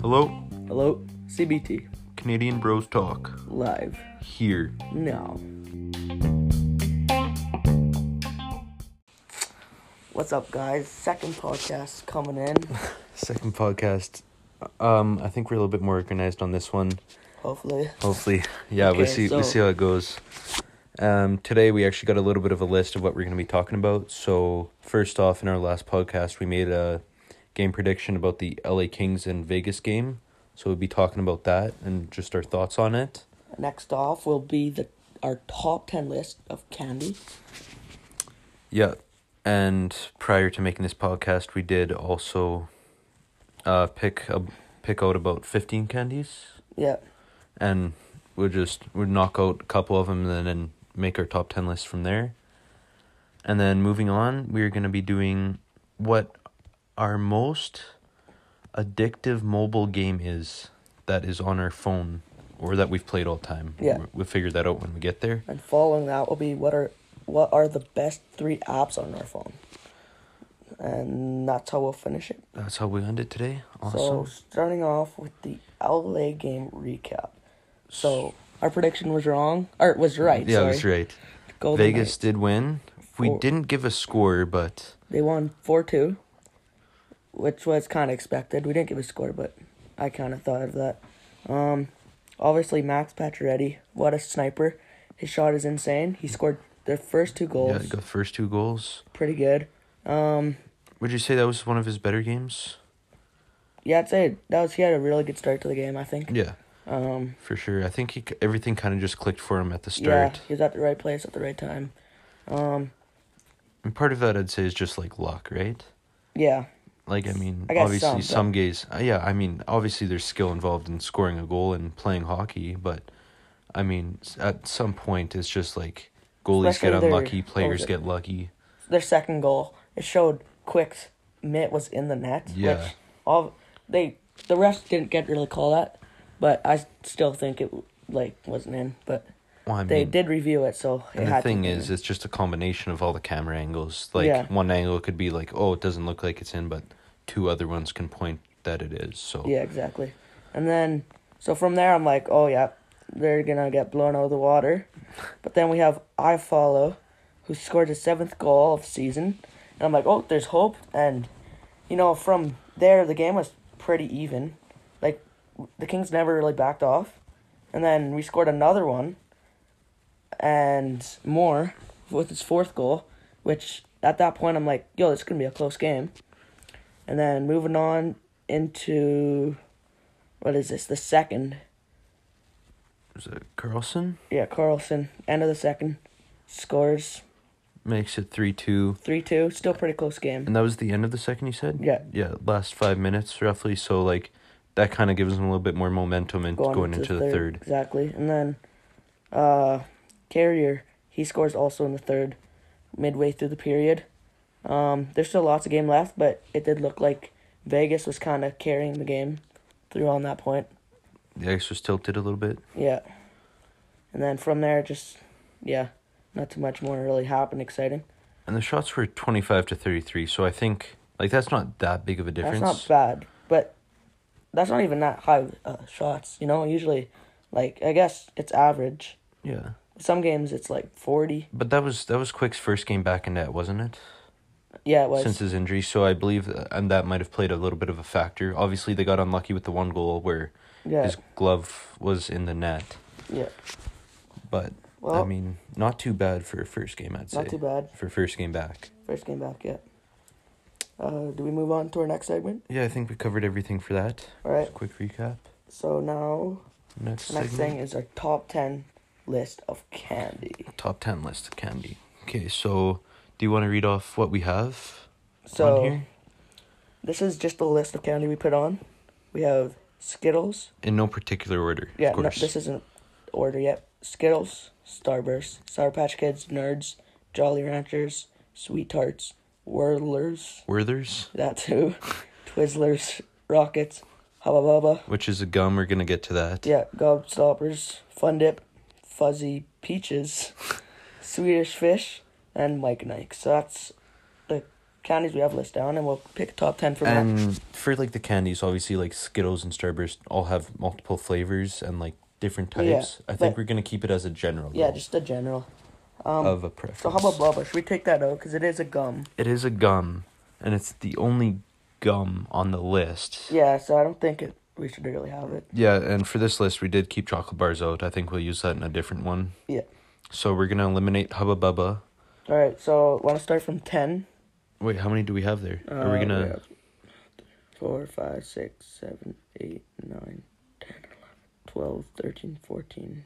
Hello, Hello, CBT Canadian Bros Talk. live. Here. No. What's up, guys? Second podcast coming in. Second podcast. Um, I think we're a little bit more organized on this one. Hopefully, Hopefully, yeah. we Okay, see. so- we see how it goes. Um, today we actually got a little bit of a list of what we're going to be talking about. So first off, in our last podcast, we made a game prediction about the LA Kings and Vegas game. So we'll be talking about that and just our thoughts on it. next off will be the our top ten list of candy. Yeah. And prior to making this podcast, we did also uh, pick a, pick out about 15 candies Yeah, and we'll just we'll knock out a couple of them and then and make our top 10 list from there. And then moving on, we're going to be doing what our most addictive mobile game is that is on our phone or that we've played all time. Yeah. We'll figure that out when we get there. and following that will be what are what are the best three apps on our phone, and that's how we'll finish it. That's how we end it today. So Awesome. starting off with the LA game recap. So our prediction was wrong, or was right. yeah, sorry. that's right. Golden Vegas Knights. did win. We Four- didn't give a score, but They won 4 2, which was kind of expected. We didn't give a score, but I kind of thought of that. Um, obviously, Max Pacioretty, what a sniper. His shot is insane. He scored their first two yeah, goals. the first two goals. Pretty good. Um, Would you say that was one of his better games? yeah, I'd say that was, he had a really good start to the game, I think. Yeah, Um, for sure. I think he, c- everything kind of just clicked for him at the yeah, start. he was at the right place at the right time. Um, And part of that, I'd say, is just like luck, right? yeah, Like, I mean, I guess obviously, some, some, but- gays. Uh, yeah, I mean, obviously, there's skill involved in scoring a goal and playing hockey, but I mean, s- at some point, it's just like goalies Especially get their- unlucky, what was players it? get lucky. their second goal, it showed Quick's mitt was in the net. Yeah. Which all they the refs didn't get really call that, but I still think it like wasn't in. But Well, I they mean, did review it, so it Mm-hmm. And had the thing to be in. is, it's just a combination of all the camera angles. Like Yeah. one angle could be like, "Oh, it doesn't look like it's in," but two other ones can point that it is. So yeah, exactly. And then so from there, I'm like, oh yeah, they're gonna get blown out of the water. But then we have I follow, who scored his seventh goal of season, and I'm like, oh, there's hope. And you know, from there, the game was pretty even. Like the Kings never really backed off, and then we scored another one, and more with his fourth goal, which at that point I'm like, yo, this is gonna be a close game. And then moving on into what is this? The second. is it Carlson Yeah, Carlson, end of the second, scores makes it three two, three two. Still pretty close game. and that was the end of the second. You said, Yeah. yeah, last five minutes roughly. So like, that kind of gives them a little bit more momentum and going, into the third. Exactly. And then uh Carrier, he scores also in the third, midway through the period. Um, there's still lots of game left, but it did look like Vegas was kind of carrying the game through on that point. The ice was tilted a little bit. Yeah. And then from there, just, yeah, not too much more really happened exciting. And the shots were 25 to 33, so I think like that's not that big of a difference. That's not bad, but that's not even that high uh, shots. You know, usually, like I guess it's average. Yeah. Some games it's like forty. But that was that was Quick's first game back in net, wasn't it? Yeah, it was. since his injury. So I believe th- and that might have played a little bit of a factor. Obviously, they got unlucky with the one goal where yeah, his glove was in the net. yeah, But I Well- mean, not too bad for a first game. I'd say not too bad. for first game back. First game back yet. Uh, do we move on to our next segment? Yeah, I think we covered everything for that. All right. Just a quick recap. So now Next, the next segment. thing is our top ten list of candy. top ten list of candy. Okay, so do you want to read off what we have on So here? this is just the list of candy we put on. We have Skittles. In no particular order, Yeah, of no, course. this isn't order yet. Skittles, Starburst, Sour Patch Kids, Nerds, Jolly Ranchers, Sweet Tarts, Whirlers, Werther's, that too, Twizzlers, Rockets, Hubba Bubba, which is a gum. We're gonna get to that. yeah, Gobstoppers, Fun Dip, Fuzzy Peaches, Swedish Fish, and Mike Nike. So that's the candies we have list down, and we'll pick top ten from that. And for like the candies, obviously like Skittles and Starburst all have multiple flavors and like different Yeah, types. I think but- we're gonna keep it as a general. Yeah, though, just the general. of a preference. So Hubba Bubba, should we take that out? Because it is a gum. It is a gum, and it's the only gum on the list. Yeah, so I don't think it, we should really have it. Yeah, and for this list, we did keep chocolate bars out. I think we'll use that in a different one. Yeah. So we're gonna eliminate Hubba Bubba. All right, so want to start from ten? Wait, how many do we have there? Are we Uh, gonna? have Four, five, six, seven, eight, nine, 10, 11, 12, 13, 14,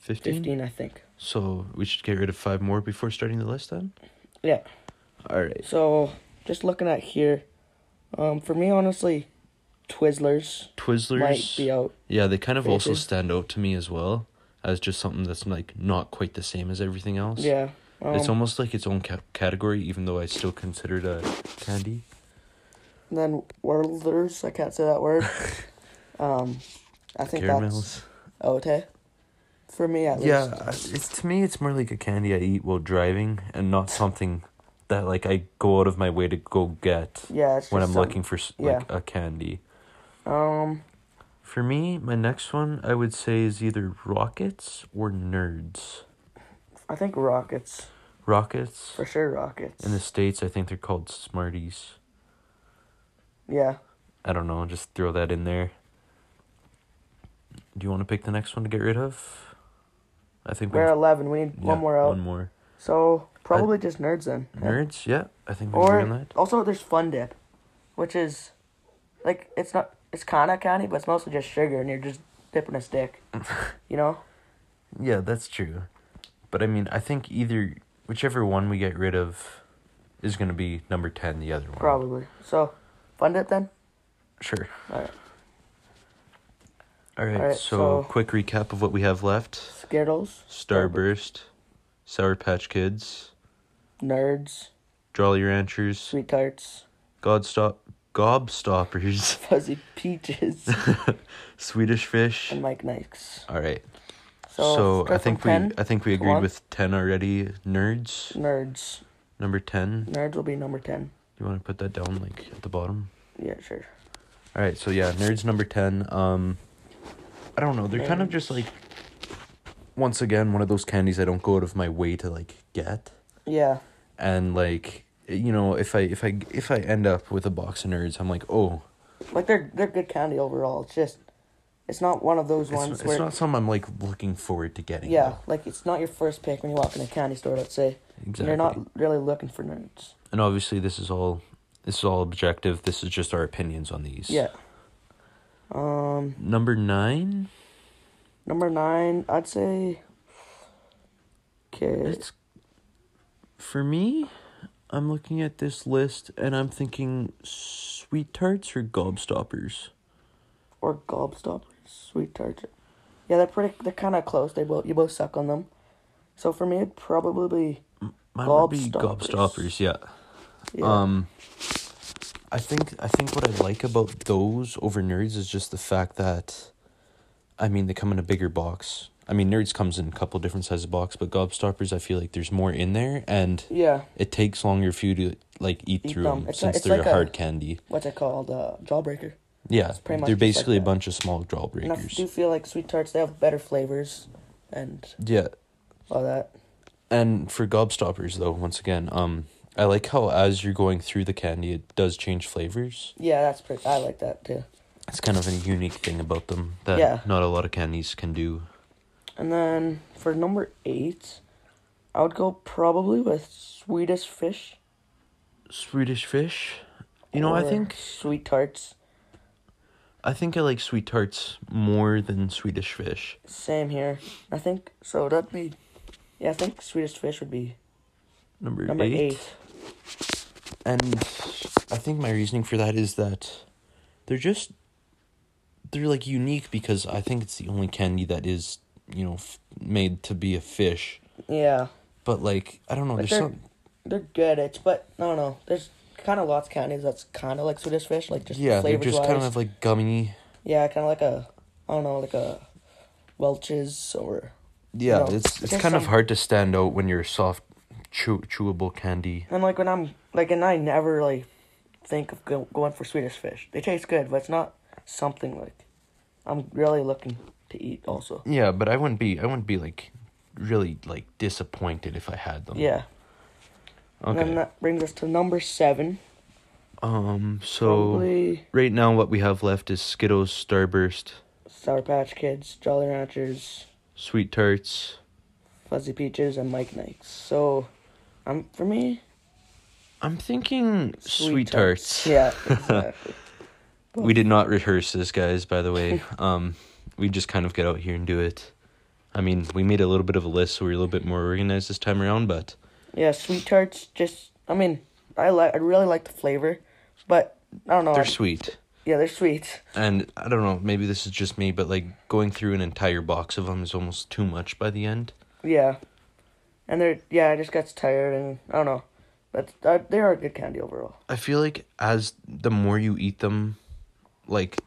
15? 15, I think. So we should get rid of five more before starting the list then? Yeah. All right. So, just looking at here, um, for me, honestly, Twizzlers, Twizzlers. might be out. Yeah, they kind of also Faces. stand out to me as well as just something that's like not quite the same as everything else. Yeah. Um, it's almost like its own ca- category, even though I still consider it a candy. then Whirlers, I can't say that word. um, I think Caramels. that's okay. For me, at Yeah, least. I- it's to me, it's more like a candy I eat while driving, and not something that like I go out of my way to go get Yeah, it's when just I'm some- looking for s like a candy. Um, For me, my next one I would say is either rockets or nerds. I think Rockets. Rockets For sure, Rockets. in the states, I think they're called Smarties. yeah. I don't know, just throw that in there. Do you want to pick the next one to get rid of? I think We're we've- 11. We need one yeah, more out. One more. So, probably just nerds then. Nerds, yeah. I think we can agree on Or that. also there's Fun Dip, which is like it's not it's kind of candy, but it's mostly just sugar, and you're just dipping a stick. you know? Yeah, that's true. But I mean, I think either whichever one we get rid of is going to be number 10 the other one. Probably. So, Fun Dip then. Sure. Alright. All right. Alright, so, so- quick recap of what we have left. Skittles, Starburst, Sour Patch Kids, Nerds, Jolly Ranchers, Sweet Tarts, Godstop Gobstoppers, Fuzzy Peaches, Swedish Fish. and Mike Nikes. All right. So, So, I start from think we 10 I think we to agreed one. with 10 already. Nerds, Nerds. number 10. Nerds will be number ten. You want to put that down like at the bottom? Yeah, sure. All right, so yeah, nerds number 10. Um I don't know, they're kind of just like once again one of those candies I don't go out of my way to like get. Yeah. And like, you know, if I if I if I end up with a box of nerds, I'm like, "Oh, Like they're they're good candy overall. It's just it's not one of those it's, ones it's where not something I'm like looking forward to getting." Yeah, like it's not your first pick when you walk in a candy store, let's say. Exactly. You're not really looking for nerds. And obviously this is all this is all objective. This is just our opinions on these. Yeah. Um, Number 9, number nine, I'd say. Okay. it's for me i'm looking at this list and i'm thinking sweet tarts or gobstoppers Or gobstoppers, sweet tarts. Yeah, they're pretty. They're kind of close. They both you both suck on them. So for me, it'd probably be. mine would be Gobstoppers. gobstoppers yeah Yeah. um i think i think what i like about those over nerds is just the fact that i mean they come in a bigger box i mean nerds comes in a couple different sizes of box but gobstoppers i feel like there's more in there and yeah. it takes longer for you to like eat, Eat through them. them, It's since like- it's they're like a a- hard candy What's it called? Uh, jawbreaker. Yeah, pretty much they're just like basically that. a bunch of small And I jawbreakers. do feel like sweet tarts. They have better flavors, and Yeah, all that. and for gobstoppers though, once again, um, I like how as you're going through the candy, it does change flavors. Yeah, that's pretty. I like that too. It's kind of a unique thing about them that Yeah. not a lot of candies can do. And then for number eight, I would go probably with Swedish fish. Swedish fish, you know, I or think sweet tarts. I think I like sweet tarts more than Swedish fish. Same here. I think so. That'd be, yeah. I think Swedish fish would be Number, number eight. eight. and I think my reasoning for that is that they're just they're like unique because I think it's the only candy that is you know f- made to be a fish. Yeah, But like I don't know, But there's they're- some they're good. It's but I don't know. There's kind of lots of candies that's kind of like Swedish fish, like just yeah, they're flavors just wise. kind of like gummy. yeah, kind of like a, I don't know, like a, Welch's or Yeah, No, it's it's there's kind of some- hard to stand out when you're a soft chew- chewable candy. And like when I'm like, and I never really think of go- going for Swedish fish. They taste good, but it's not something like I'm really looking to eat. Also, Yeah, but I wouldn't be I wouldn't be like really like disappointed if I had them. yeah. And Okay. then that brings us to number seven. um so Probably right now what we have left is Skittles, Starburst, Sour Patch Kids, Jolly Ranchers, Sweet Tarts. Fuzzy Peaches, and Mike Knights. So, um, for me, I'm thinking Sweet, Tarts. Yeah, exactly. We did not rehearse this, guys, by the way. um we just kind of get out here and do it. I mean, we made a little bit of a list, so we we're a little bit more organized this time around, but yeah, Sweet Tarts. Just, I mean, I like, I really like the flavor, but I don't know. they're I- sweet. Yeah, they're sweet. and I don't know, maybe this is just me, but like going through an entire box of them is almost too much by the end. Yeah, and they're yeah. I just got tired, and I don't know. But uh, they are a good candy overall. I feel like as the more you eat them, like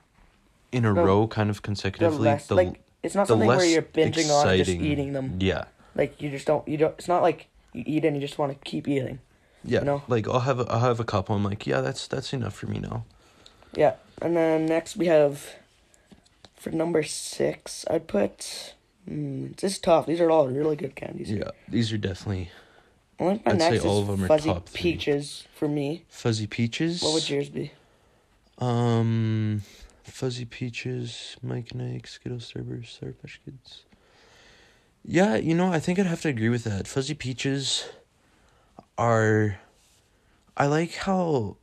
in a The- row, kind of They're consecutively, less the, like it's not the something where less you're binging on and just exciting- eating them. Yeah, Like you just don't you don't. It's not like you eat and you just want to keep eating. yeah. You know? Like I'll have a, I'll have a couple. I'm like, yeah, that's that's enough for me now. Yeah, and then next we have for number six. I'd put. Mm, this is tough. These are all really good candies. Yeah, these are definitely I think my I'd say next all is of 'em are fuzzy top three. peaches for me. fuzzy peaches. What would yours be? Um, Fuzzy Peaches, Mike Nike, Skittles, Starburst, Sour Patch Kids. Yeah, you know, I think I'd have to agree with that. Fuzzy Peaches are. I like how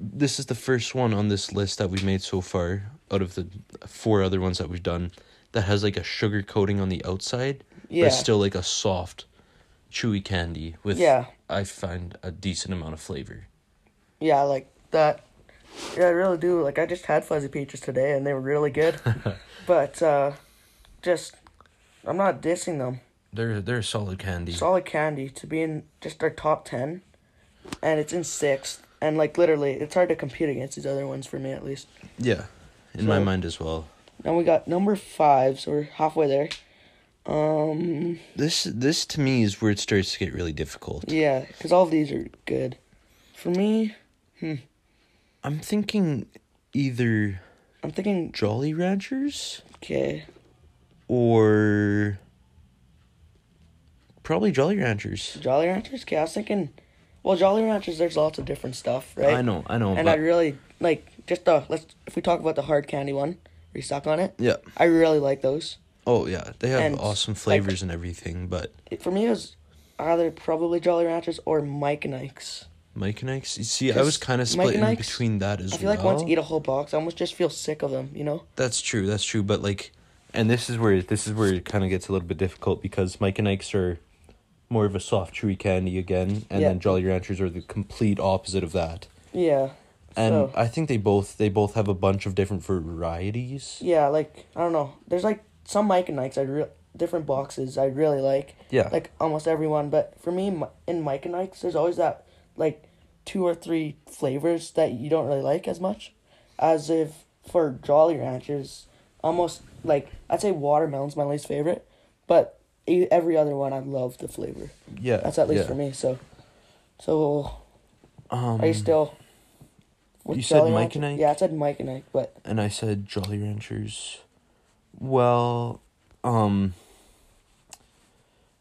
this is the first one on this list that we've made so far out of the four other ones that we've done that has like a sugar coating on the outside, but Yeah. it's still like a soft, chewy candy with, Yeah. I find, a decent amount of flavor. Yeah, I like that. Yeah, I really do. Like I just had fuzzy peaches today, and they were really good. but uh, just I'm not dissing them. They're, they're a solid candy. Solid candy to be in just our top ten, and it's in sixth. And like literally, it's hard to compete against these other ones for me at least. Yeah, in my So- mind as well. Now we got number five, so we're halfway there. Um, This this to me is where it starts to get really difficult. yeah, because all of these are good. For me, I'm thinking either I'm thinking Jolly Ranchers okay, or probably Jolly Ranchers. Jolly Ranchers. Okay, I was thinking, well, Jolly Ranchers. There's lots of different stuff, right? I know, I know. And I Oh, but, really like just the let's if we talk about the hard candy one, where you suck on it. yeah. I really like those. Oh yeah, they have And, awesome like- flavors and everything. But It, for me, it was either probably Jolly Ranchers or Mike and Ike's. Mike and Ike's, you see, I Just was kind of Mike split and in Ike's, between that as I feel well. like once you eat a whole box, I almost just feel sick of them. You know? That's true. That's true. But like, and this is where this is where it kind of gets a little bit difficult because Mike and Ike's are more of a soft, chewy candy again, and Yeah. then Jolly Ranchers are the complete opposite of that. Yeah. And so, I think they both they both have a bunch of different varieties. yeah, like I don't know. There's like some Mike and Ike's I re- different boxes I really like. Yeah. Like almost everyone, but for me Mi- in Mike and Ike's, there's always that like two or three flavors that you don't really like as much, as if for Jolly Ranchers, almost like I'd say watermelon's my least favorite, but e- every other one I love the flavor. yeah, That's at least yeah. for me. So, so Um, are you still? with you said Jolly Mike Rancher- and Ike? Yeah, I said Mike and Ike, but and I said Jolly Ranchers. Well, um,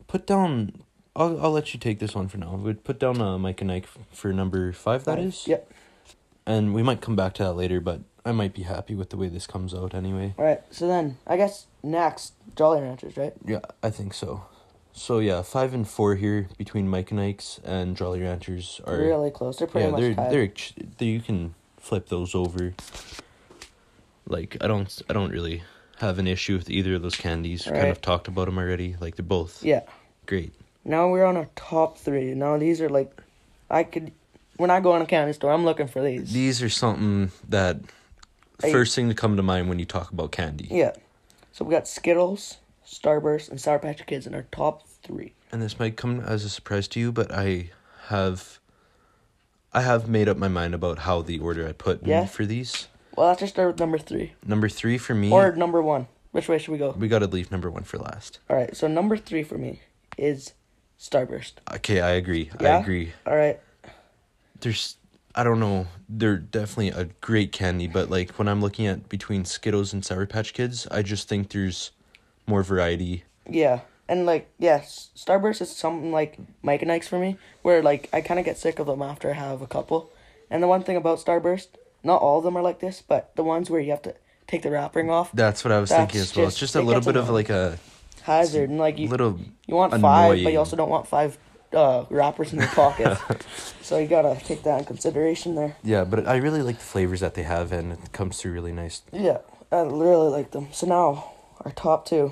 put down. I'll I'll let you take this one for now. We'd put down uh, Mike and Ike f- for number five. That is. Yep. and we might come back to that later, but I might be happy with the way this comes out anyway. All right, so then I guess next Jolly Ranchers, right? Yeah, I think so. So yeah, five and four here between Mike and Ike's and Jolly Ranchers are really close. They're pretty Oh, yeah much they're tied. they're ex- they, you can flip those over. Like I don't I don't really have an issue with either of those candies. Kind Right. of talked about them already. Like they're both Yeah. great. Now we're on our top three. Now these are like, I could, when I go in a candy store, I'm looking for these. These are something that I- first thing to come to mind when you talk about candy. Yeah. So we got Skittles, Starburst, and Sour Patch Kids in our top three. and this might come as a surprise to you, but I have I have made up my mind about how the order I put in Yeah? for these. Well, let's just start with number three Number three for me or number one. Which way should we go? we gotta leave number one for last. All right. So number three for me is Starburst. Okay, I agree. Yeah? I agree. All right. There's I don't know. They're definitely a great candy, but like when I'm looking at between Skittles and Sour Patch Kids, I just think there's more variety. Yeah. And like yes, Starburst is something like Mike and Ike's for me, where like I kind of get sick of them after I have a couple. And the one thing about Starburst, not all of them are like this, but the ones where you have to take the wrapping off, That's what I was That's thinking as well. It's just- just a it little gets bit of annoying. like a hazard, and like you little you want five, but annoying. you also don't want five uh, wrappers in your pockets. so you gotta take that in consideration there. yeah, but I really like the flavors that they have and it comes through really nice Yeah, I really like them. So now our top two.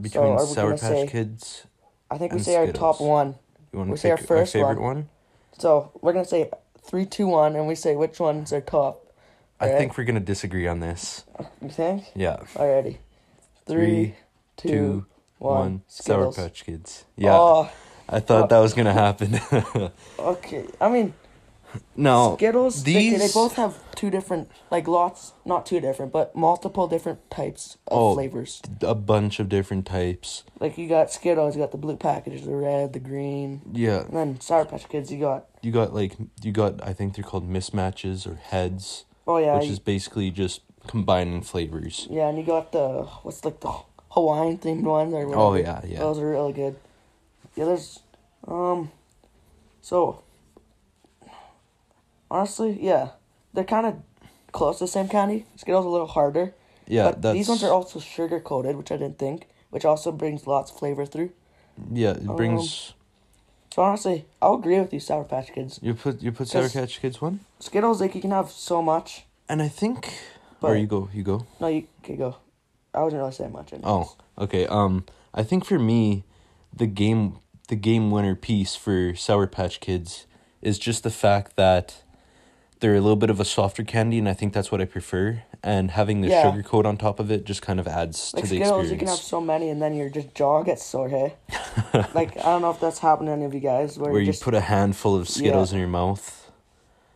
between are we Sour gonna Patch say- Kids. I think we And say our top Skittles. one. You want We'll to say our pick our first favorite one? one. So we're gonna say three, two, one, and we say which one's our top. I Alright. think we're gonna disagree on this. You think? Yeah. Alrighty. Three, Three, two, one. two, One Sour Skittles. Patch Kids. Yeah, Oh, I thought that was gonna happen. okay. I mean, no, Skittles. These... They, these- both have two different, like lots, not two different, but multiple different types of Oh. flavors. a bunch of different types. Like you got Skittles, you got the blue package, the red, the green, Yeah, and then Sour Patch Kids. You got you got like you got. I think they're called mismatches or heads, oh yeah, which you- is basically just combining flavors. yeah, and you got the what's like the Hawaiian themed ones or whatever. Oh yeah, yeah. Those are really good. Yeah, there's, um, so, honestly, yeah, they're kind of close to the same candy. Skittles a little harder. Yeah, but that's these ones are also sugar coated, which I didn't think, which also brings lots of flavor through. yeah, it brings So honestly, I'll agree with you, Sour Patch Kids. you put you put Sour 'cause- Patch Kids one? Skittles, like you can have so much. And I think But- or you go, you go. No, you can go. I wasn't really saying much. anyways. Oh, okay. Um, I think for me, the game the game winner piece for Sour Patch Kids is just the fact that they're a little bit of a softer candy, and I think that's what I prefer. And having the Yeah. sugar coat on top of it just kind of adds Like to the Skittles, you can have experience. so many, and then your just jaw gets sore. Hey, like I don't know if that's happened to any of you guys, where, Where you you just put a handful of Skittles in your mouth.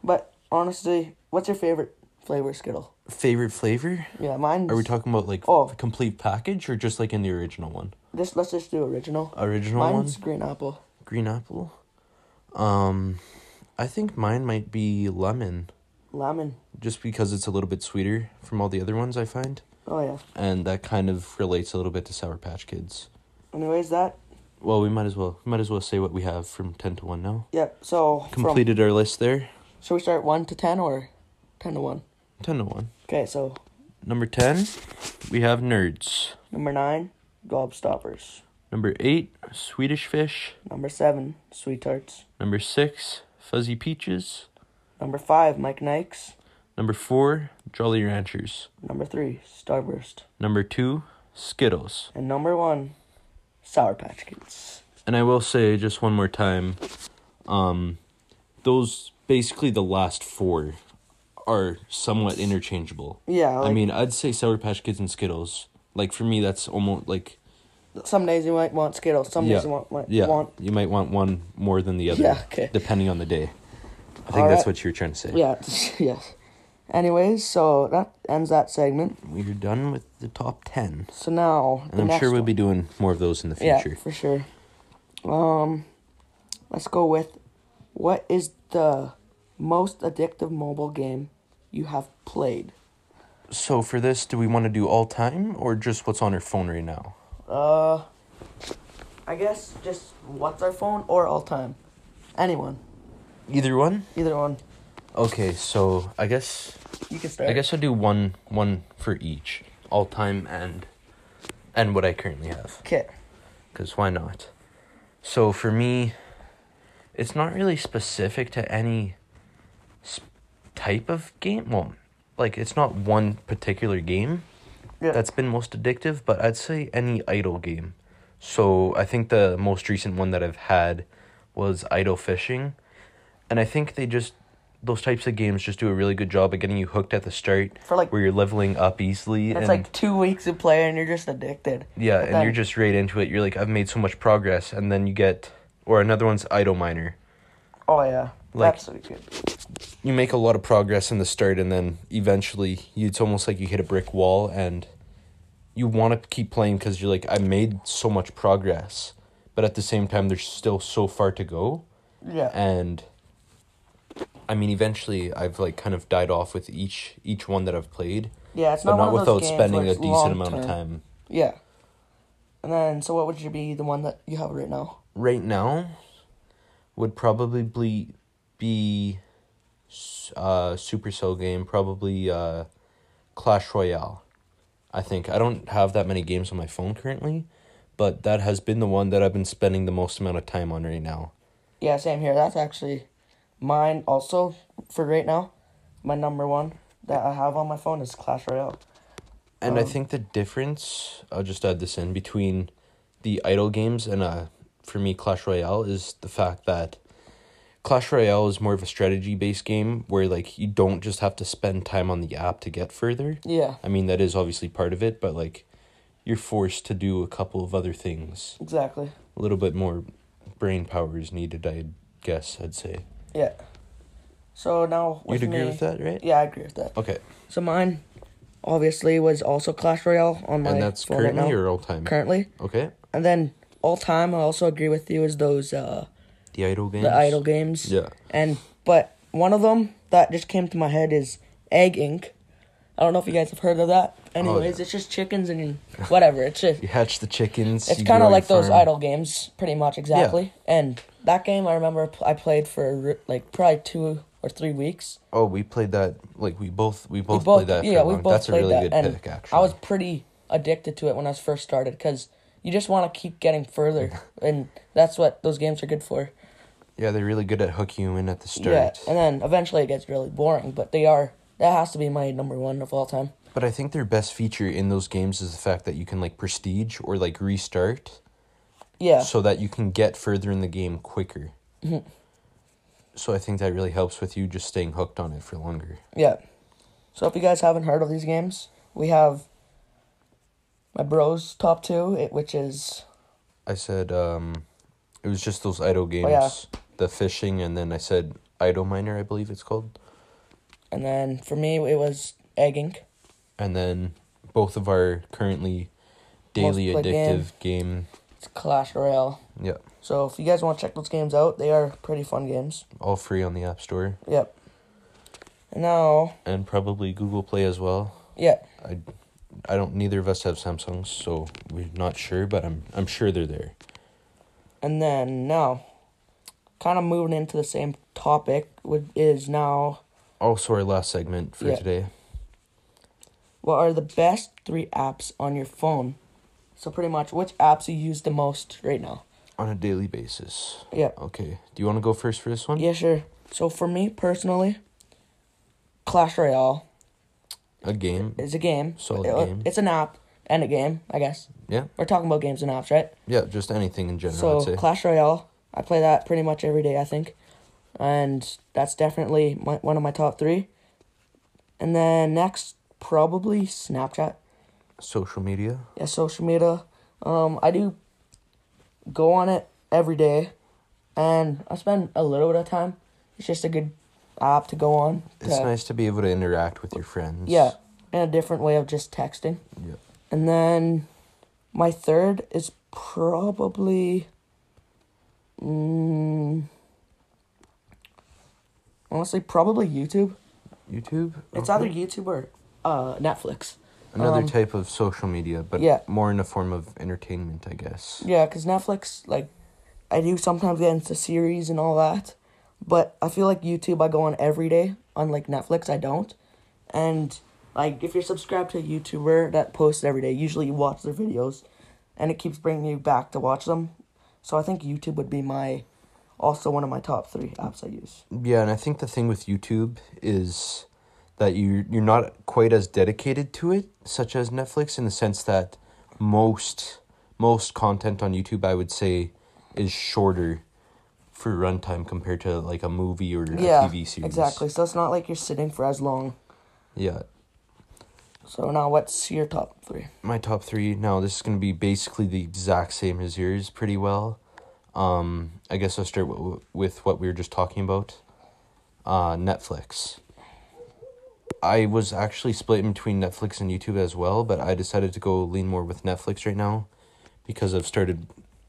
But honestly, what's your favorite flavor Skittle? Favorite flavor? Yeah, mine. Are we talking about like Oh. the complete package or just like in the original one? This let's just do original. Original Mine's one, green apple. green apple. Um, I think mine might be lemon. Lemon. just because it's a little bit sweeter from all the other ones I find, Oh yeah. and that kind of relates a little bit to Sour Patch Kids. Anyways, that. Well, we might as well might as well say what we have from ten to one now. Yep. So Completed. Completed our list there, from should we start one to ten or ten to one? ten to one. Okay, so Number ten, we have Nerds. number nine, gobstoppers. Number eight, Swedish Fish. Number seven, sweet tarts. Number six, Fuzzy Peaches. Number five, Mike Nikes. Number four, Jolly Ranchers. Number three, Starburst. Number two, Skittles. And number one, Sour Patch Kids. And I will say just one more time, um, those basically the last four are somewhat interchangeable. Yeah, like, I mean, I'd say Sour Patch Kids and Skittles. Like for me, that's almost like some days you might want Skittles, some days Yeah, you want, might yeah, want you might want one more than the other, Yeah, okay. depending on the day. I think All that's right. what you were trying to say. Yeah, yes. Anyways, so that ends that segment. We're done with the top ten, So now and I'm sure we'll be doing more of those in the yeah future. for sure. Um, let's go with what is the most addictive mobile game you have played? So for this, do we want to do all time or just what's on our phone right now? Uh, I guess just what's our phone or all time, anyone, Either one. either one. Okay, so I guess You can start. I guess I'll do one one for each, all time and and what I currently have, Okay. cuz why not? So for me, it's not really specific to any sp- type of game. Well, like it's not one particular game Yeah. that's been most addictive, but I'd say any idle game. So I think the most recent one that I've had was idle fishing, and I think they just those types of games just do a really good job at getting you hooked at the start, For, like- where you're leveling up easily, and that's like two weeks of play and you're just addicted. yeah, But and then- you're just right into it. You're like, I've made so much progress, and then you get or another one's idle miner. Oh yeah. like- that's really good. You make a lot of progress in the start, and then eventually, you, it's almost like you hit a brick wall, and you want to keep playing because you're like, I made so much progress, but at the same time, there's still so far to go. Yeah. and I mean, eventually, I've like kind of died off with each each one that I've played, Yeah, it's but not, not one of those without games spending where a it's decent long amount of term. time. Yeah. And then, so what would you be the one that you have right now? Right now, would probably be- be s- uh Supercell game, probably uh, Clash Royale. I think I don't have that many games on my phone currently, but that has been the one that I've been spending the most amount of time on right now. Yeah, same here. That's actually mine also for right now. My number one that I have on my phone is Clash Royale. And I Um, think the difference, I'll just add this in, between the idle games and uh, for me, Clash Royale is the fact that Clash Royale is more of a strategy based game where like you don't just have to spend time on the app to get further. Yeah, I mean that is obviously part of it, but like you're forced to do a couple of other things. exactly. A little bit more brain power is needed, I guess I'd say. Yeah. So now You'd with agree me- with that, right? Yeah, I agree with that. Okay. So mine, obviously, was also Clash Royale on my and that's phone right currently now. or all time? currently, okay. and then all time, I also agree with you is those uh The idle games. the idle games. Yeah. And but one of them that just came to my head is Egg Inc. I don't know if you guys have heard of that. Oh, Anyways, it's just chickens and whatever. It's just You hatch the chickens. it's you kind grow your of like those farm. idle games, pretty much exactly. And that game, I remember pl- I played for ri- like probably two or three weeks. Oh, we played that. Like we both, we both, We both, played that. yeah, for we long. both That's a played really that. good and pick, actually. I was pretty addicted to it when I was first started because you just want to keep getting further, and that's what those games are good for. yeah, they're really good at hooking you in at the start. Yeah, and then eventually it gets really boring, but they are that has to be my number one of all time. but I think their best feature in those games is the fact that you can like prestige or like restart, Yeah, Mm-hmm. so that you can get further in the game quicker. so I think that really helps with you just staying hooked on it for longer. yeah. So if you guys haven't heard of these games, we have my bros top two, it, which is I said, um, it was just those idle games, Oh, yeah. the fishing, and then I said idle miner, I believe it's called, and then for me it was Egg Inc. and then both of our currently daily played game. addictive game. It's Clash Royale. Yeah, So if you guys want to check those games out, they are pretty fun games. all free on the App Store Yep. And now, and probably Google Play as well. yeah, I, I don't. Neither of us have Samsungs, so we're not sure. But I'm I'm sure they're there. and then now, kind of moving into the same topic, would is now Also, our last segment for Yeah. today. What are the best three apps on your phone? So pretty much, which apps you use the most right now? On a daily basis. Yeah. Okay. Do you want to go first for this one? Yeah, sure. So for me personally, Clash Royale A game. is a game. Solid It- game. It's an app and a game, I guess. Yeah. We're talking about games and apps, right? Yeah. Just anything in general. I'd So say. Clash Royale, I play that pretty much every day, I think, and that's definitely my, one of my top three. And then next, probably Snapchat. Social media. Yeah, social media. Um, I do go on it every day, and I spend a little bit of time. It's just a good app to go on. It's to- nice to be able to interact with your friends. Yeah, and a different way of just texting. Yeah. And then my third is probably. Mm, honestly, probably YouTube. YouTube. It's Okay. either YouTube or uh, Netflix. another um, type of social media, but yeah. more in a form of entertainment, I guess. Yeah, because Netflix, like, I do sometimes get into series and all that. But I feel like YouTube, I go on every day. Unlike Netflix, I don't. And, like, if you're subscribed to a YouTuber that posts every day, usually you watch their videos and it keeps bringing you back to watch them. So I think YouTube would be my, also one of my top three apps I use. Yeah, and I think the thing with YouTube is that you you're not quite as dedicated to it, such as Netflix, in the sense that most most content on YouTube, I would say, is shorter for runtime compared to like a movie or yeah, a TV series. exactly. So it's not like you're sitting for as long. Yeah, So now what's your top three? my top three now this is going to be basically the exact same as yours pretty well um i guess i'll start w- with what we were just talking about uh netflix i was actually split in between netflix and youtube as well but i decided to go lean more with netflix right now because i've started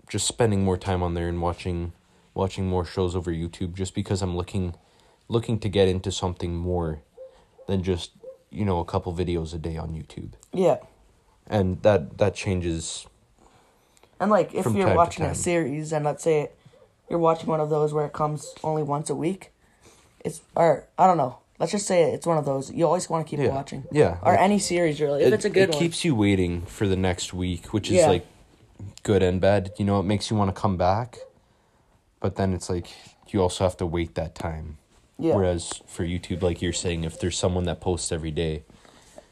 just spending more time on there and watching watching more shows over YouTube just because I'm looking looking to get into something more than just, you know, a couple videos a day on YouTube. Yeah. And that that changes And like if From time you're to watching time. a series and let's say you're watching one of those where it comes only once a week, it's or I don't know. Let's just say it's one of those. You always want to keep Yeah. watching. Yeah. Or Like, any series really. If it, it's a good it one. keeps you waiting for the next week, which is Yeah. like good and bad. You know, it makes you want to come back, but then it's like you also have to wait that time. yeah. Whereas for YouTube, like you're saying, if there's someone that posts every day,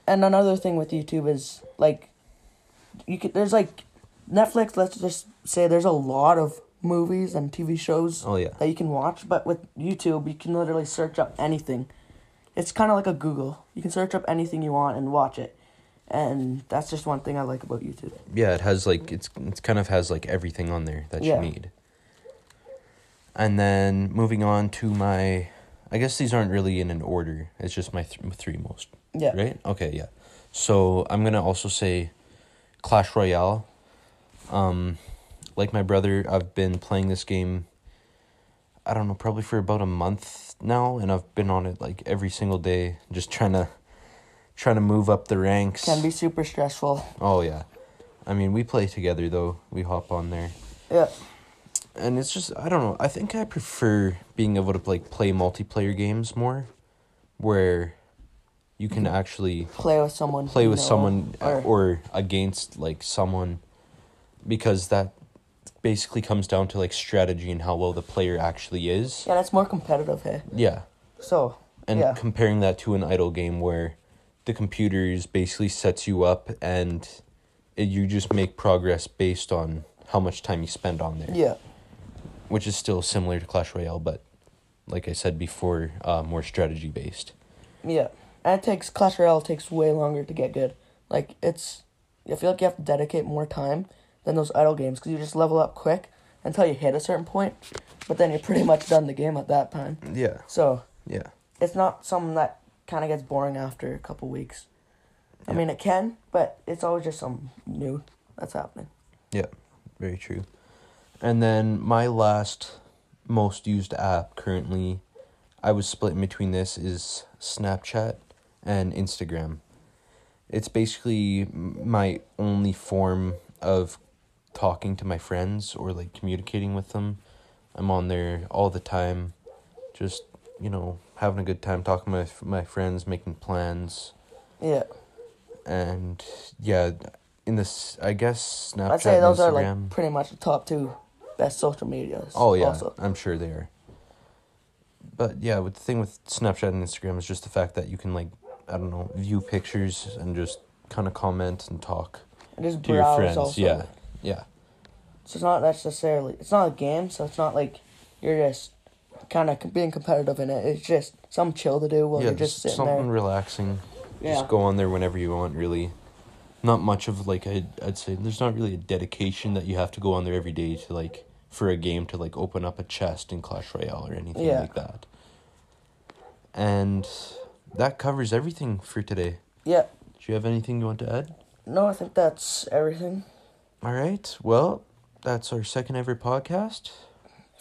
And another thing with YouTube is like you could there's like Netflix, let's just say there's a lot of movies and TV shows Oh, yeah. that you can watch, but with YouTube you can literally search up anything. It's kind of like a Google. You can search up anything you want and watch it. And that's just one thing I like about YouTube. yeah, it has like it's it's kind of has like everything on there that Yeah. you need. And then moving on to my, I guess these aren't really in an order. It's just my th- three most. Yeah. Right? Okay, yeah. So I'm gonna also say Clash Royale. Um like my brother, I've been playing this game I don't know, probably for about a month now, and I've been on it like every single day, just trying to trying to move up the ranks. Can be super stressful. Oh yeah. I mean we play together though. We hop on there. Yeah. And it's just I don't know, I think I prefer being able to like play multiplayer games more where you can Mm-hmm. actually Play with someone. play you with know, someone uh, Or, or, against like someone because that basically comes down to like strategy and how well the player actually is yeah, that's more competitive, hey. yeah So, and yeah. comparing that to an idle game where the computers basically sets you up and it, you just make progress based on how much time you spend on there yeah. which is still similar to clash royale but like i said before uh, more strategy based Yeah, and it takes Clash Royale takes way longer to get good. Like it's, I feel like you have to dedicate more time than those idle games because you just level up quick until you hit a certain point, but then you're pretty much done the game at that time. yeah So yeah it's not something that kind of gets boring after a couple weeks. I mean, it can, but it's always just something new that's happening. Yeah, very true. And then my last most used app currently, I was splitting between this is Snapchat and Instagram. It's basically m- my only form of talking to my friends or like communicating with them. I'm on there all the time, just you know having a good time talking to my f- my friends, making plans, Yeah, and yeah, in this I guess Snapchat. I'd say those and are Instagram. like pretty much the top two best social medias. Oh yeah, Also. I'm sure they are. But yeah, with the thing with Snapchat and Instagram is just the fact that you can like I don't know view pictures and just kind of comment and talk And just to your browse friends. also. Yeah, yeah, So it's not necessarily it's not a game, so it's not like you're just kind of being competitive in it. It's just some chill to do while yeah. you're just just sitting something there. relaxing. Yeah. Just go on there whenever you want. Really, not much of like i I'd say there's not really a dedication that you have to go on there every day to like for a game to like open up a chest in Clash Royale or anything Yeah. like that. And that covers everything for today. Yeah. Do you have anything you want to add? No, I think that's everything. All right. Well, that's our second ever podcast.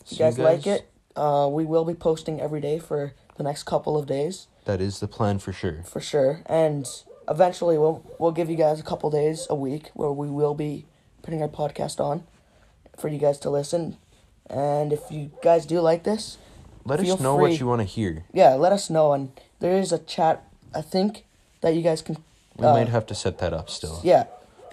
If you guys, like it, uh, we will be posting every day for the next couple of days That is the plan for sure. for sure, and eventually we'll we'll give you guys a couple days a week where we will be putting our podcast on for you guys to listen. And if you guys do like this, Let Feel us know free. what you want to hear. yeah, let us know. And there is a chat, I think, that you guys can. We uh, might have to set that up still. Yeah.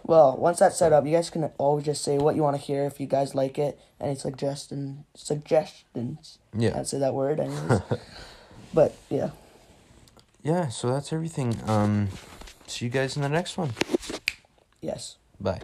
Well, once that's set up, you guys can always just say what you want to hear if you guys like it. Any suggestion, suggestions. Yeah. Can't say that word, anyways. but yeah. Yeah, so that's everything. Um see you guys in the next one. Yes. Bye.